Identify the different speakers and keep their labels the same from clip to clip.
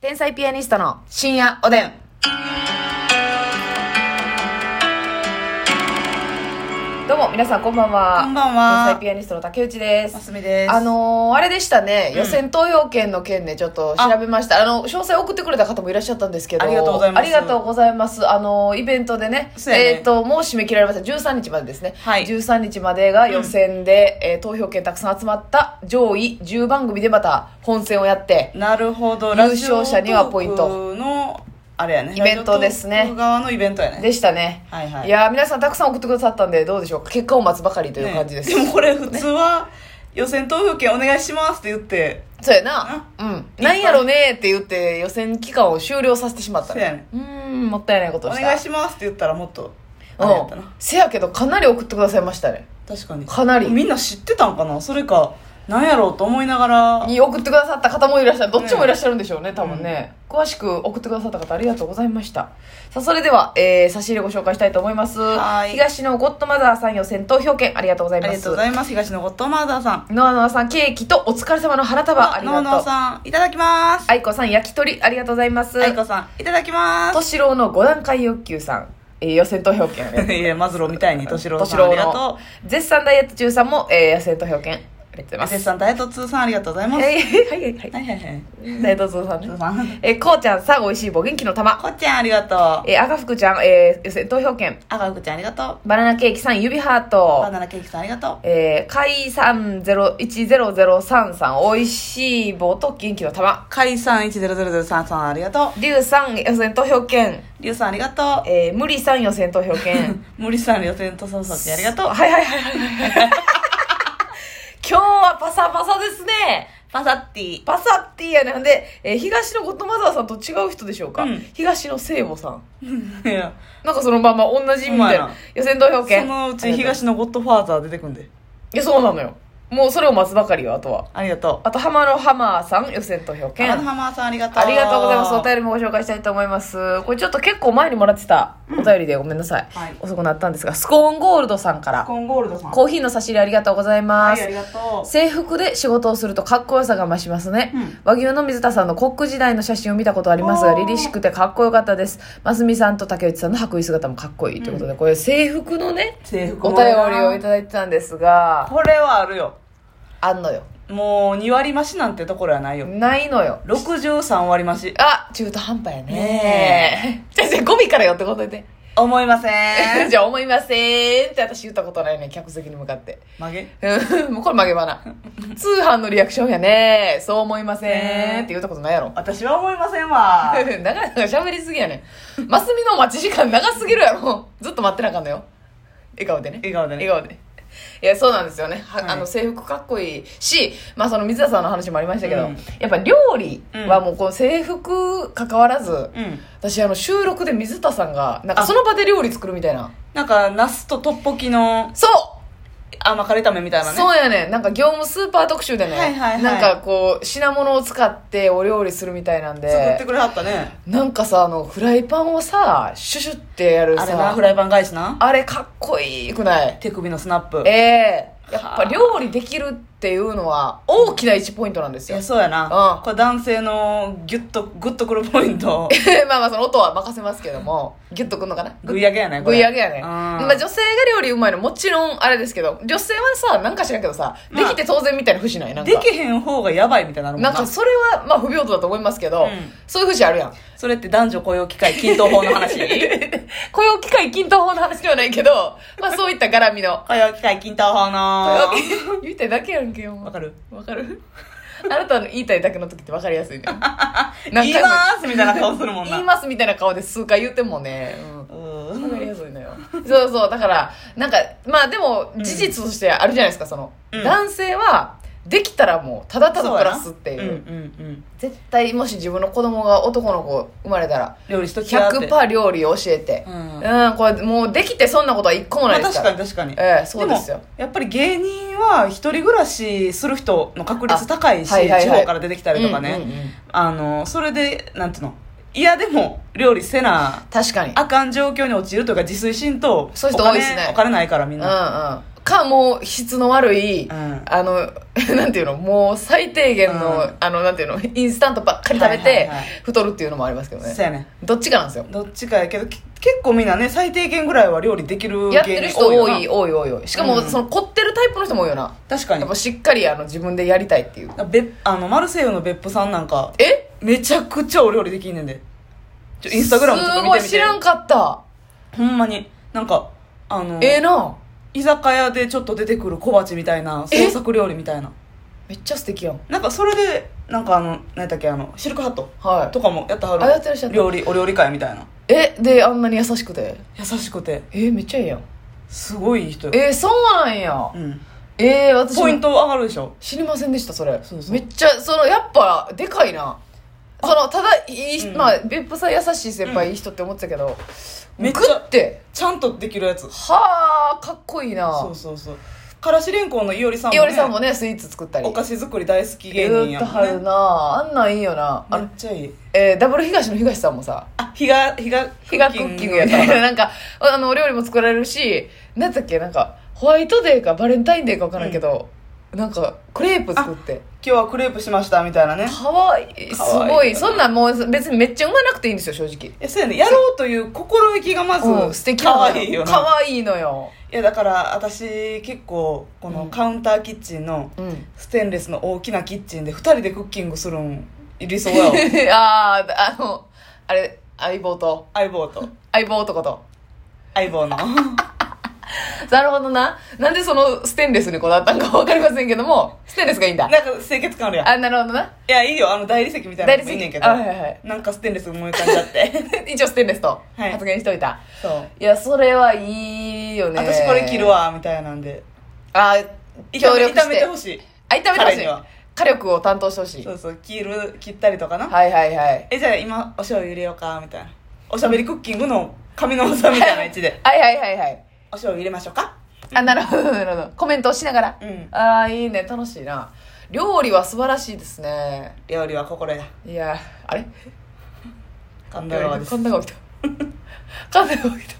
Speaker 1: 天才ピアニストの深夜おでん。どうも、皆さんこんばんは。
Speaker 2: こんばんは
Speaker 1: 天才ピアニストの竹内で
Speaker 2: ます
Speaker 1: す。
Speaker 2: みです。
Speaker 1: あ、のー、あれでしたね、
Speaker 2: ん
Speaker 1: 予選投票券の件でちょっと調べました。あの、詳細送ってくれた方もいらっしゃったんですけど。
Speaker 2: ありがとうございます
Speaker 1: ありがとうございます。あのー、イベントでね、
Speaker 2: そうやね
Speaker 1: えっ、と、もう締め切られました。13日までですね。
Speaker 2: はい
Speaker 1: 13日までが予選で、えー投票券たくさん集まった上位10番組でまた本戦をやって、
Speaker 2: なるほど。
Speaker 1: 優勝者にはポイント
Speaker 2: ラジオトークの、あれやね。
Speaker 1: イベントですね
Speaker 2: ラジオトーク側のイベントやね。
Speaker 1: でしたね。、
Speaker 2: はいはいい。
Speaker 1: やー皆さんたくさん送ってくださったんでどうでしょうか結果を待つばかりと
Speaker 2: ね、
Speaker 1: いう感じです、
Speaker 2: でもこれ普通は、予選投票券お願いしますって言って、
Speaker 1: そうやなうんなんやろねーって言って予選期間を終了させてしまった
Speaker 2: そうやね
Speaker 1: うーんもったいないこと
Speaker 2: お
Speaker 1: をした
Speaker 2: 願いしますって言ったらもっと、
Speaker 1: う
Speaker 2: あれやった
Speaker 1: ん
Speaker 2: な。
Speaker 1: せやけどかなり送ってくださいましたね
Speaker 2: 確かに。
Speaker 1: かなり
Speaker 2: みんな知ってたんかなそれか、なんやろうと思いながら、
Speaker 1: に送ってくださった方もいらっしゃるどっちもいらっしゃるんでしょうね多分ね、詳しく送ってくださった方ありがとうございましたさあそれでは、えー、差し入れご紹介したいと思います
Speaker 2: はい
Speaker 1: 東のゴッドマザーさん予選投票券ありがとうござ
Speaker 2: あ
Speaker 1: いま
Speaker 2: り
Speaker 1: す
Speaker 2: がとうございます。東野ゴッドマーダーさん。
Speaker 1: ノアノアさんケーキとお疲れ様の花束ありがと
Speaker 2: ノー
Speaker 1: う
Speaker 2: ノーさん、いただきます。
Speaker 1: 愛子さん焼き鳥ありがとうございます
Speaker 2: あいこさん、いただきます。
Speaker 1: 敏郎の5段階欲求さん、えー予選投票券
Speaker 2: いや、マズローみたいに、敏郎さ
Speaker 1: 敏
Speaker 2: ん、あ
Speaker 1: 郎
Speaker 2: りがと
Speaker 1: の 絶賛ダイエット中さんも、えー予選投票券ありがとう
Speaker 2: う。
Speaker 1: ご
Speaker 2: ア
Speaker 1: ざいま
Speaker 2: セ
Speaker 1: す
Speaker 2: さん、ダイエット2さん、ありがとうございます。
Speaker 1: はいはいはいは
Speaker 2: はいはいはい。
Speaker 1: いダイエット通さん
Speaker 2: ち
Speaker 1: ね
Speaker 2: ょっとさん
Speaker 1: えーこうちゃんさんおいしい棒元気の玉
Speaker 2: こっちゃんありがとう。
Speaker 1: えー赤福ちゃん、えー予選投票券
Speaker 2: 赤福ちゃんありがとう。
Speaker 1: バナナケーキさん指ハー
Speaker 2: バ
Speaker 1: ト
Speaker 2: ナナケーキさんありがとう。
Speaker 1: えー、かい301003さんおいしい棒と元気の玉
Speaker 2: かいさん10003さんありがと
Speaker 1: りゅうさん予選投票券
Speaker 2: う。りゅうさんありがと
Speaker 1: えー、むりさん予選投票券
Speaker 2: う。 森さん予選とそうそうちありがとう。
Speaker 1: はいはいはいはいはいはい。今日はパサパサですね。
Speaker 2: パサッテ ィ。
Speaker 1: パサってィやね。ほんで、えー東のゴッドマザーさんと違う人でしょうか、
Speaker 2: うん
Speaker 1: 東の聖母さん。
Speaker 2: いや、
Speaker 1: なんかそのまんま同じみたい
Speaker 2: ほんまや
Speaker 1: な
Speaker 2: な。
Speaker 1: 予選投票権。
Speaker 2: そのう
Speaker 1: あ
Speaker 2: ち
Speaker 1: りがと
Speaker 2: 東のゴッドファーザー出てくんで。
Speaker 1: いや、そうなのよ。もうそれを待つばかりよ、あとは。
Speaker 2: ありがとう。
Speaker 1: あと、浜のハマーさん予選投票権。
Speaker 2: アルハマーさんありがとう。
Speaker 1: ありがとうございます。お便りもご紹介したいと思います。これちょっと結構前にもらってたお便りでごめんなさい。
Speaker 2: はい
Speaker 1: 遅くなったんですが、スコーンゴールドさんから、
Speaker 2: コンゴールドさん。
Speaker 1: コーヒーの差し入れありがとうございま
Speaker 2: は
Speaker 1: す
Speaker 2: い、あ。りがと
Speaker 1: 制服で仕事をするとかっこよさが増しますね、
Speaker 2: うん
Speaker 1: 和牛の水田さんのコック時代の写真を見たことありますが
Speaker 2: おー
Speaker 1: 凛々しくてかっこよかったですますみさんと竹内さんの白衣姿もかっこいいということで、これ制服のね
Speaker 2: う。制服
Speaker 1: お
Speaker 2: も
Speaker 1: 便りをいただいてたんですが
Speaker 2: これはあるよ。
Speaker 1: あんのよ
Speaker 2: もう2割増しなんてところはないよ。
Speaker 1: ないのよ
Speaker 2: 63割増し。
Speaker 1: あ中途半端やね
Speaker 2: ね
Speaker 1: じゃあじゃあゴミからよってことで、
Speaker 2: 思いませ ん。
Speaker 1: じゃあ思いませんって私言ったことないね客席に向かって
Speaker 2: 曲げ
Speaker 1: うんもうこれ曲げ花通販のリアクションやねそう思いませんって言ったことないやろ
Speaker 2: 私は思いませんわ。
Speaker 1: 長々喋りすぎやねん。マスミの待ち時間長すぎるやろ。ずっと待ってなあかんのよ。笑顔でね。
Speaker 2: 笑顔でね
Speaker 1: 笑顔で。いや、そうなんですよね。は
Speaker 2: はい
Speaker 1: あの、制服かっこいいし、まあ、その水田さんの話もありましたけど、
Speaker 2: うん
Speaker 1: やっぱ料理はもうこの制服関わらず、
Speaker 2: うん。
Speaker 1: 私あの収録で水田さんが、なんかその場で料理作るみたいな。
Speaker 2: なんか、ナスとトッポキの
Speaker 1: そう
Speaker 2: 甘カレ炒めみたいなね。
Speaker 1: そうやねんなんか業務スーパー特集でね、
Speaker 2: はいはいはい
Speaker 1: なんかこう品物を使ってお料理するみたいなんで
Speaker 2: 作ってくれはったね。
Speaker 1: なんかさあのフライパンをさシュシュってやるさ
Speaker 2: あれな、フライパン返しな。
Speaker 1: あれかっこいいくない
Speaker 2: 手首のスナップ。
Speaker 1: ええやっ
Speaker 2: は
Speaker 1: ぱ
Speaker 2: あ
Speaker 1: 料理できるっていうのは大きな1ポイントなんです
Speaker 2: い
Speaker 1: よ
Speaker 2: や、そうや
Speaker 1: うん
Speaker 2: な。これ男性のギュッと、グッとくるポイント。
Speaker 1: まあまあその音は任せますけどもギュッとくんのかな
Speaker 2: ぐい上げやね、こ
Speaker 1: ぐ
Speaker 2: れ。
Speaker 1: い上げやね、
Speaker 2: うん
Speaker 1: まあ、女性が料理うまいのもちろんあれですけど女性はさなんか知らんけどさ、
Speaker 2: まあ
Speaker 1: できて当然みたいな節ないなんか
Speaker 2: できへん方がやばいみたいなのも
Speaker 1: なんかそれはまあ不平等だと思いますけど、
Speaker 2: うん
Speaker 1: そういう節あるやん
Speaker 2: それって男女雇用機会均等法 の話。
Speaker 1: 雇用機会均等法の話ではないけどまあそういった絡みの
Speaker 2: 雇用機会均等法の。
Speaker 1: 言いたいだけやんけよ
Speaker 2: わかる
Speaker 1: わかるあなたの言いたいだけの時ってわかりやす いね
Speaker 2: 言いまーすみたいな顔するもん
Speaker 1: 言い
Speaker 2: な。
Speaker 1: ますみたいな顔で数回言ってもね、
Speaker 2: う
Speaker 1: うんん、わかりやすいの よそうそうだからなんかまあでも事実としてあるじゃないですかその、
Speaker 2: うん
Speaker 1: 男性はできたらもうただただプラスっていう
Speaker 2: そうやなうんうんうん。
Speaker 1: 絶対もし自分の子供が男の子生まれたら
Speaker 2: 料理しときやって。
Speaker 1: 100%料理を教えて
Speaker 2: うん
Speaker 1: うん、これもうできてそんなことは一個もな
Speaker 2: まあ
Speaker 1: いで
Speaker 2: 確
Speaker 1: すか、
Speaker 2: からに確かに。
Speaker 1: ええそうですよ
Speaker 2: もやっぱり芸人は一人暮らしする人の確率高いし、
Speaker 1: あはいはいはい
Speaker 2: 地方から出てきたりとかね、
Speaker 1: うんうんうん
Speaker 2: あのそれでなんていうのいやでも料理せな
Speaker 1: 確かに
Speaker 2: あかん状況に陥るというか自炊しんと
Speaker 1: そういう人多いっすね
Speaker 2: お金お金ないからみ
Speaker 1: うんん
Speaker 2: な、
Speaker 1: うんかもう質の悪い、
Speaker 2: うん
Speaker 1: あの なんていうのもう最低限の、
Speaker 2: うん
Speaker 1: あのなんていうのインスタントばっかり食べて、
Speaker 2: はいはいはい
Speaker 1: 太るっていうのもありますけどね
Speaker 2: そうやね
Speaker 1: どっちかなんですよ
Speaker 2: どっちかやけどき結構みんなね最低限ぐらいは料理できる
Speaker 1: やってる人多
Speaker 2: 芸
Speaker 1: い
Speaker 2: 人
Speaker 1: 多い多い多いしかも、
Speaker 2: うん
Speaker 1: その凝ってるタイプの人も多いよな
Speaker 2: 確かに
Speaker 1: やっぱしっかりあの自分でやりたいっていう
Speaker 2: べあのマルセイユの別府さんなんか
Speaker 1: え
Speaker 2: めちゃくちゃお料理できんねんでちょインスタグラムちょっと見てみて
Speaker 1: すごい知らんかった、
Speaker 2: ほんまになんかあの
Speaker 1: ええな
Speaker 2: 居酒屋でちょっと出てくる小鉢みたいな
Speaker 1: え
Speaker 2: 創作料理みたいな
Speaker 1: めっちゃ素敵やん
Speaker 2: なんかそれでなんかあの何やったっけあのシルクハット
Speaker 1: はい
Speaker 2: とかもやったはる
Speaker 1: あやってらっしゃった
Speaker 2: 料理お料理会みたいな
Speaker 1: えであんなに優しくて
Speaker 2: 優しくて
Speaker 1: えめっちゃいいやん
Speaker 2: すごいいい人よ
Speaker 1: えそうなんや
Speaker 2: うん
Speaker 1: えー、私も
Speaker 2: ポイント上がるでしょ
Speaker 1: 知りませんでしたそれ
Speaker 2: そうそう
Speaker 1: めっちゃそのやっぱでかいなそのただいい、
Speaker 2: うん
Speaker 1: まあ別府さん優しい先輩、いい人って思ってたけど
Speaker 2: めっちゃ
Speaker 1: グッて
Speaker 2: ちゃんとできるやつ
Speaker 1: はあかっこいいな
Speaker 2: そうそうそうからしれんこんのいおりさんも、
Speaker 1: い
Speaker 2: ね、
Speaker 1: おりさんもねスイーツ作ったり
Speaker 2: お菓子作り大好き芸人
Speaker 1: 言う
Speaker 2: や
Speaker 1: と
Speaker 2: も
Speaker 1: は
Speaker 2: ん
Speaker 1: る
Speaker 2: ね
Speaker 1: なあんなんいいよなあ
Speaker 2: め
Speaker 1: の
Speaker 2: っ、ちゃいい
Speaker 1: えーダブル東の東さんもさ
Speaker 2: あ日が日が
Speaker 1: 日がクッキングやっ
Speaker 2: った
Speaker 1: た
Speaker 2: ら
Speaker 1: ら
Speaker 2: な
Speaker 1: なんかあのお料理も作られるしなんだっけなんかホワイトデーかバレンタインデーか分からんけど、なんかクレープ作って
Speaker 2: 今日はクレープしましたみたいなね
Speaker 1: かわいいす
Speaker 2: かわいいよな
Speaker 1: ごいそんなんもう別にめっちゃうまなくていいんですよ正直
Speaker 2: えそうやねやろうという心意気がまず、
Speaker 1: うん、素敵な
Speaker 2: か
Speaker 1: の
Speaker 2: わいいよな
Speaker 1: かわいいのよ、
Speaker 2: いやだから私結構このカウンターキッチンの
Speaker 1: うん、
Speaker 2: ステンレスの大きなキッチンで2人でクッキングするん理想やわ
Speaker 1: あああのあれ相棒と
Speaker 2: 相棒と
Speaker 1: 相棒男と
Speaker 2: 相棒の
Speaker 1: なるほどななんでそのステンレスにこだわったんか分かりませんけどもステンレスがいいんだ
Speaker 2: なんか清潔感あるやんい
Speaker 1: あなるほどな
Speaker 2: やいいよあの大理石みたい
Speaker 1: 大
Speaker 2: な
Speaker 1: 理
Speaker 2: のもいいねんけ
Speaker 1: 石
Speaker 2: ど、
Speaker 1: あはいはいはい
Speaker 2: なんかステンレス燃え感じあって
Speaker 1: 一応ステンレスと
Speaker 2: はい
Speaker 1: 発言しといた、
Speaker 2: そう
Speaker 1: い、やそれはいいよね
Speaker 2: 私これ切るわみたいなんで
Speaker 1: あ協力して
Speaker 2: 炒めてほしい
Speaker 1: あ炒めてほ
Speaker 2: 彼
Speaker 1: し
Speaker 2: に
Speaker 1: い
Speaker 2: は
Speaker 1: 火力を担当してほしい
Speaker 2: そうそう切る切ったりとかな、
Speaker 1: はいはいはい
Speaker 2: えじゃあ今お醤油入れようかみたいなおしゃべりクッキングの紙のおさみたいな位置で
Speaker 1: はいはいはいはい
Speaker 2: お醤油入れましょうか
Speaker 1: あなるほどなるほどコメントをしながら、
Speaker 2: うん
Speaker 1: ああいいね楽しいな料理は素晴らしいですね
Speaker 2: 料理は心や
Speaker 1: いやあれ
Speaker 2: 神田川です
Speaker 1: 神田川来た 神田川来た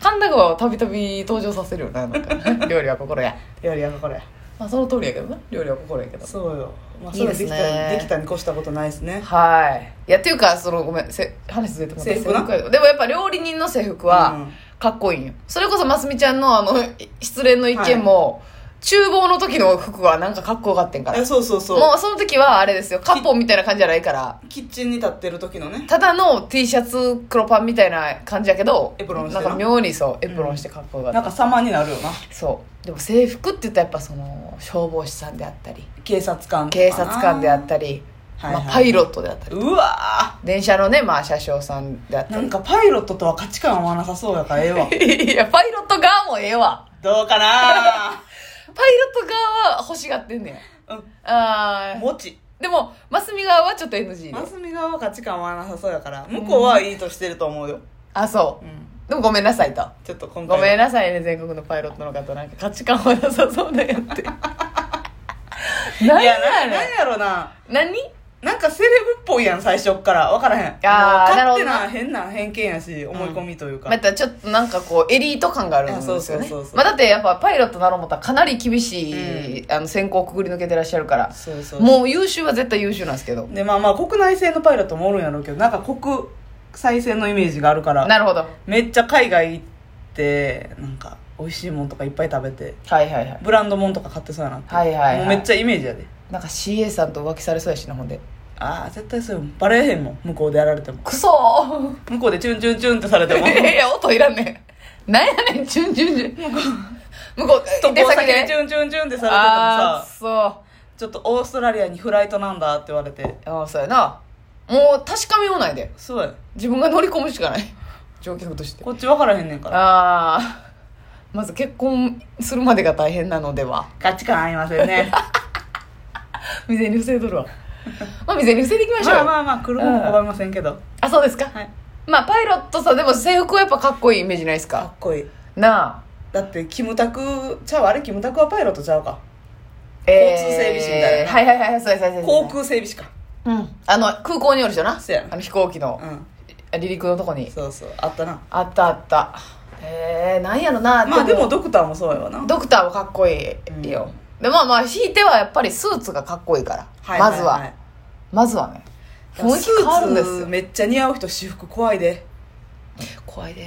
Speaker 1: 神田川をたびたび登場させるよななん か料理は心や
Speaker 2: 料理は心や
Speaker 1: まあその通りやけどな料理は心やけど
Speaker 2: そうよ、まあ、
Speaker 1: い
Speaker 2: そ
Speaker 1: い
Speaker 2: れ
Speaker 1: で
Speaker 2: ですき
Speaker 1: ね
Speaker 2: たできたに越したことないですね
Speaker 1: はいいやっていうかそのごめんせ話ずれてもらった
Speaker 2: 制服な
Speaker 1: 制やでもやっぱ料理人の制服
Speaker 2: う
Speaker 1: は
Speaker 2: ん
Speaker 1: かっこいいんよ、それこそますみちゃんのあの失恋の意見も、厨房の時の服はなんかかっこよかってんから
Speaker 2: えそうそうそう
Speaker 1: もうその時はあれですよカッポンみたいな感じじゃないから
Speaker 2: キッチンに立ってる時のね
Speaker 1: ただの T シャツ黒パンみたいな感じやけど
Speaker 2: エプロンして
Speaker 1: な
Speaker 2: なん
Speaker 1: か妙にそうエプロンしてかっこよかった、
Speaker 2: なんか様になるよな
Speaker 1: そうでも制服って言ったらやっぱその消防士さんであったり
Speaker 2: 警察官とかな
Speaker 1: 警察官であったり、
Speaker 2: はいはい
Speaker 1: まあ、パイロットであったり
Speaker 2: うわ
Speaker 1: 電車のね、まあ、車掌さんであっ
Speaker 2: ー
Speaker 1: た
Speaker 2: な
Speaker 1: り
Speaker 2: んかパイロットとは価値観合わなさそうやからええわ
Speaker 1: いやパイロット側もええわ
Speaker 2: どうかな
Speaker 1: パイロット側は欲しがってんねん
Speaker 2: う
Speaker 1: あ
Speaker 2: ん
Speaker 1: ー
Speaker 2: もち
Speaker 1: でもマスミ側はちょっと NG で
Speaker 2: マスミ側は価値観合わなさそうやから向こうはいいとしてると思うよ、、
Speaker 1: あそううんでもごめんなさいと
Speaker 2: ちょっと今回
Speaker 1: ごめん
Speaker 2: な
Speaker 1: なさいね全国のパイロットの方なんか価値観はなさそうなんやって 何
Speaker 2: いやな
Speaker 1: や
Speaker 2: ん
Speaker 1: ね
Speaker 2: やろな
Speaker 1: 何
Speaker 2: なんかセレブっぽいやん最初っから分からへん
Speaker 1: あー
Speaker 2: もう勝手
Speaker 1: なるほど
Speaker 2: な
Speaker 1: な
Speaker 2: 変な偏見やし思い込みというか、
Speaker 1: またちょっとなんかこうエリート感があるんですよね
Speaker 2: あそうそうそうそう
Speaker 1: まあ、だってやっぱパイロットなろう思ったらかなり厳しい、あの選考をくぐり抜けてらっしゃるから
Speaker 2: そうそう
Speaker 1: もう優秀は絶対優秀なんですけど
Speaker 2: でまあまあ国内線のパイロットもおるんやろうけどなんか国際線のイメージがあるから
Speaker 1: なるほど
Speaker 2: めっちゃ海外行ってなんか美味しいもんとかいっぱい食べて
Speaker 1: はいはいはい
Speaker 2: ブランドもんとか買ってそうやなって、
Speaker 1: はいはい、はい、
Speaker 2: もうめっちゃイメージやで
Speaker 1: なんか CA さんと浮気されそうやしなほんで
Speaker 2: ああ絶対そうよバレへんもん向こうでやられても
Speaker 1: クソ
Speaker 2: 向こうでチュンチュンチュンってされ て
Speaker 1: ー
Speaker 2: も
Speaker 1: いやいや音いらんねんなんやねんチュンチュンチュン向こう
Speaker 2: と
Speaker 1: 手
Speaker 2: こ
Speaker 1: 先
Speaker 2: 先
Speaker 1: で
Speaker 2: でチ
Speaker 1: ね
Speaker 2: ュンチュンチュンってされてても
Speaker 1: ああ
Speaker 2: さ
Speaker 1: ーそ
Speaker 2: ちょっとオーストラリアにフライトなんだって言われて
Speaker 1: うあーそうやなもう確かめようないで
Speaker 2: そうや
Speaker 1: 自分が乗り込むしかない乗客として
Speaker 2: こっち分からへんねんから
Speaker 1: ああまず結婚するまでが大変なのでは
Speaker 2: 価値観合いませんね
Speaker 1: 未然に防いとるわ まあ未然に防いでいきましょうよ、
Speaker 2: まあ
Speaker 1: あ
Speaker 2: まあまあ車も拒みませんけど
Speaker 1: そうですか
Speaker 2: はい
Speaker 1: まあパイロットさんでも制服はやっぱかっこいいイメージないです
Speaker 2: か
Speaker 1: か
Speaker 2: っこいい
Speaker 1: なあ
Speaker 2: だってキムタクちゃうあれキムタクはパイロットちゃうか交通整備士みたいな
Speaker 1: はいはいはいそうですそうです
Speaker 2: 航空整備士か
Speaker 1: うんあの空港におる人な
Speaker 2: そうやな
Speaker 1: あの飛行機の
Speaker 2: うん
Speaker 1: 離陸のとこに
Speaker 2: そうそうあったな
Speaker 1: あったあったへえなんやろな
Speaker 2: まあでもドクターもそうやわな
Speaker 1: ドクターはかっこいいよ、でまあまあ引いてはやっぱりスーツがかっこいいから、
Speaker 2: はい
Speaker 1: まず
Speaker 2: い
Speaker 1: はまずはね雰囲気変わるんで
Speaker 2: スーツ
Speaker 1: すよ
Speaker 2: めっちゃ似合う人私服怖いで
Speaker 1: 怖いで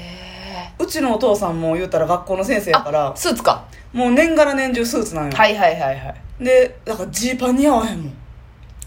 Speaker 2: うちのお父さんも言うたら学校の先生やから
Speaker 1: スーツか
Speaker 2: もう年がら年中スーツなんよ、
Speaker 1: はいはいはいはい
Speaker 2: でだからジーパン似合わへんもん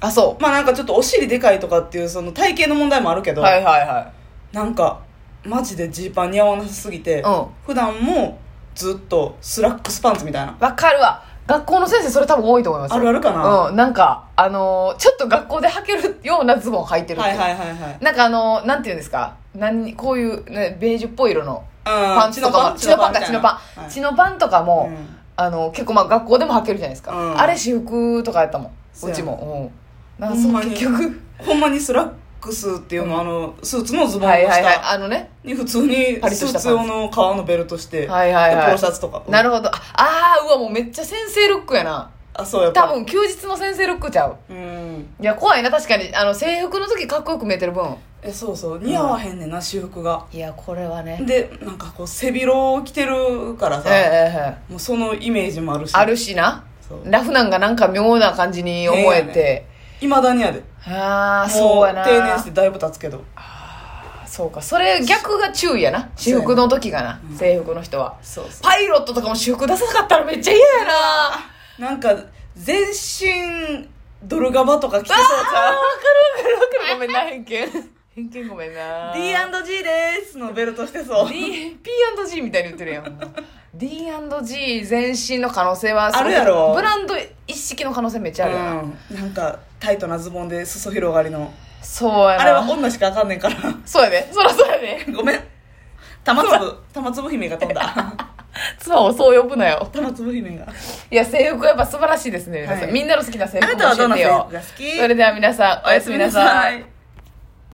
Speaker 1: あそ
Speaker 2: まあなんかちょっとお尻でかいとかっていうその体型の問題もあるけ
Speaker 1: う
Speaker 2: ど、
Speaker 1: はいはいは
Speaker 2: なんかマジでジーパン似合わなさすぎて、
Speaker 1: うん
Speaker 2: 普段もずっとスラックスパンツみたいない
Speaker 1: わかるわ学校の先生それ多分多いと思いますよ
Speaker 2: あるあるかな、
Speaker 1: うんなんかあのーちょっと学校で履けるようなズボン履いてるって
Speaker 2: は
Speaker 1: いう
Speaker 2: いはいはいはい
Speaker 1: なんかあのーなんていうんですか何こういう、ね、ベージュっぽい色のパ
Speaker 2: パ
Speaker 1: ンツとかもチノパンかチノパンチノパンとかも、あの結構まあ学校でも履けるじゃないですか、
Speaker 2: うん
Speaker 1: あれ私服とかやったもん
Speaker 2: そう
Speaker 1: う
Speaker 2: やな
Speaker 1: ちも、うん、なんか
Speaker 2: ほん
Speaker 1: そ
Speaker 2: ま
Speaker 1: う
Speaker 2: に
Speaker 1: 結局
Speaker 2: ほんまにスラックスっていうの、あのスーツのズボンの
Speaker 1: は
Speaker 2: 下、
Speaker 1: いはいはいあのね
Speaker 2: に普通に
Speaker 1: パリッ
Speaker 2: ス
Speaker 1: としたパ
Speaker 2: ー
Speaker 1: ンツ
Speaker 2: ツ用の革のベルトして、
Speaker 1: はいはいはい
Speaker 2: でポロシャツとか、
Speaker 1: な
Speaker 2: る
Speaker 1: るほどああーうわもうめっちゃ先生ルックやな
Speaker 2: あそうやっ
Speaker 1: 多
Speaker 2: ぱ
Speaker 1: 分休日の先生ルックちゃう
Speaker 2: うん
Speaker 1: いや怖いな確かにあの制服の時かっこよく見えてる分
Speaker 2: えそうそう似合わへんねんな私服が
Speaker 1: いやこれはね
Speaker 2: でなんかこう背広を着てるから
Speaker 1: え
Speaker 2: さ、
Speaker 1: えええええ
Speaker 2: もうそのイメージもあるし
Speaker 1: あるしな
Speaker 2: そう
Speaker 1: ラフなんかなんか妙な感じに思えて、
Speaker 2: いまだにやで
Speaker 1: ああ
Speaker 2: も
Speaker 1: そうやな
Speaker 2: 定年してだいぶ経つけど
Speaker 1: そうかそれ逆が注意やな私服の時がな、制服の人は
Speaker 2: そうそう
Speaker 1: パイロットとかも私服出さなかったらめっちゃ嫌や なあ
Speaker 2: なんか全身ドルガバとか着てそう
Speaker 1: ーわ
Speaker 2: ちゃう
Speaker 1: かるわかるわかるごめんな偏見偏見ごめんな
Speaker 2: D&G ですのベルトしてそう
Speaker 1: D- P&G みたいに言ってるやんもう D&G 全身の可能性は
Speaker 2: あるやろ
Speaker 1: ブランド一式の可能性めっちゃあるよな、
Speaker 2: うん、なんかタイトなズボンで裾広がりの
Speaker 1: そうやな
Speaker 2: あれは女しかあかんねんから
Speaker 1: そうやでそらそうやで
Speaker 2: ごめん玉粒玉粒姫が飛 んだ
Speaker 1: 妻をそう呼ぶなよ
Speaker 2: 玉粒姫が
Speaker 1: いや制服はやっぱ素晴らしいですね皆さん、
Speaker 2: はい
Speaker 1: みんなの好きな制
Speaker 2: あな
Speaker 1: 服
Speaker 2: たは
Speaker 1: も教
Speaker 2: どん
Speaker 1: えて
Speaker 2: な制
Speaker 1: よ
Speaker 2: 服が好き
Speaker 1: それでは皆さんおやすみなさい
Speaker 2: い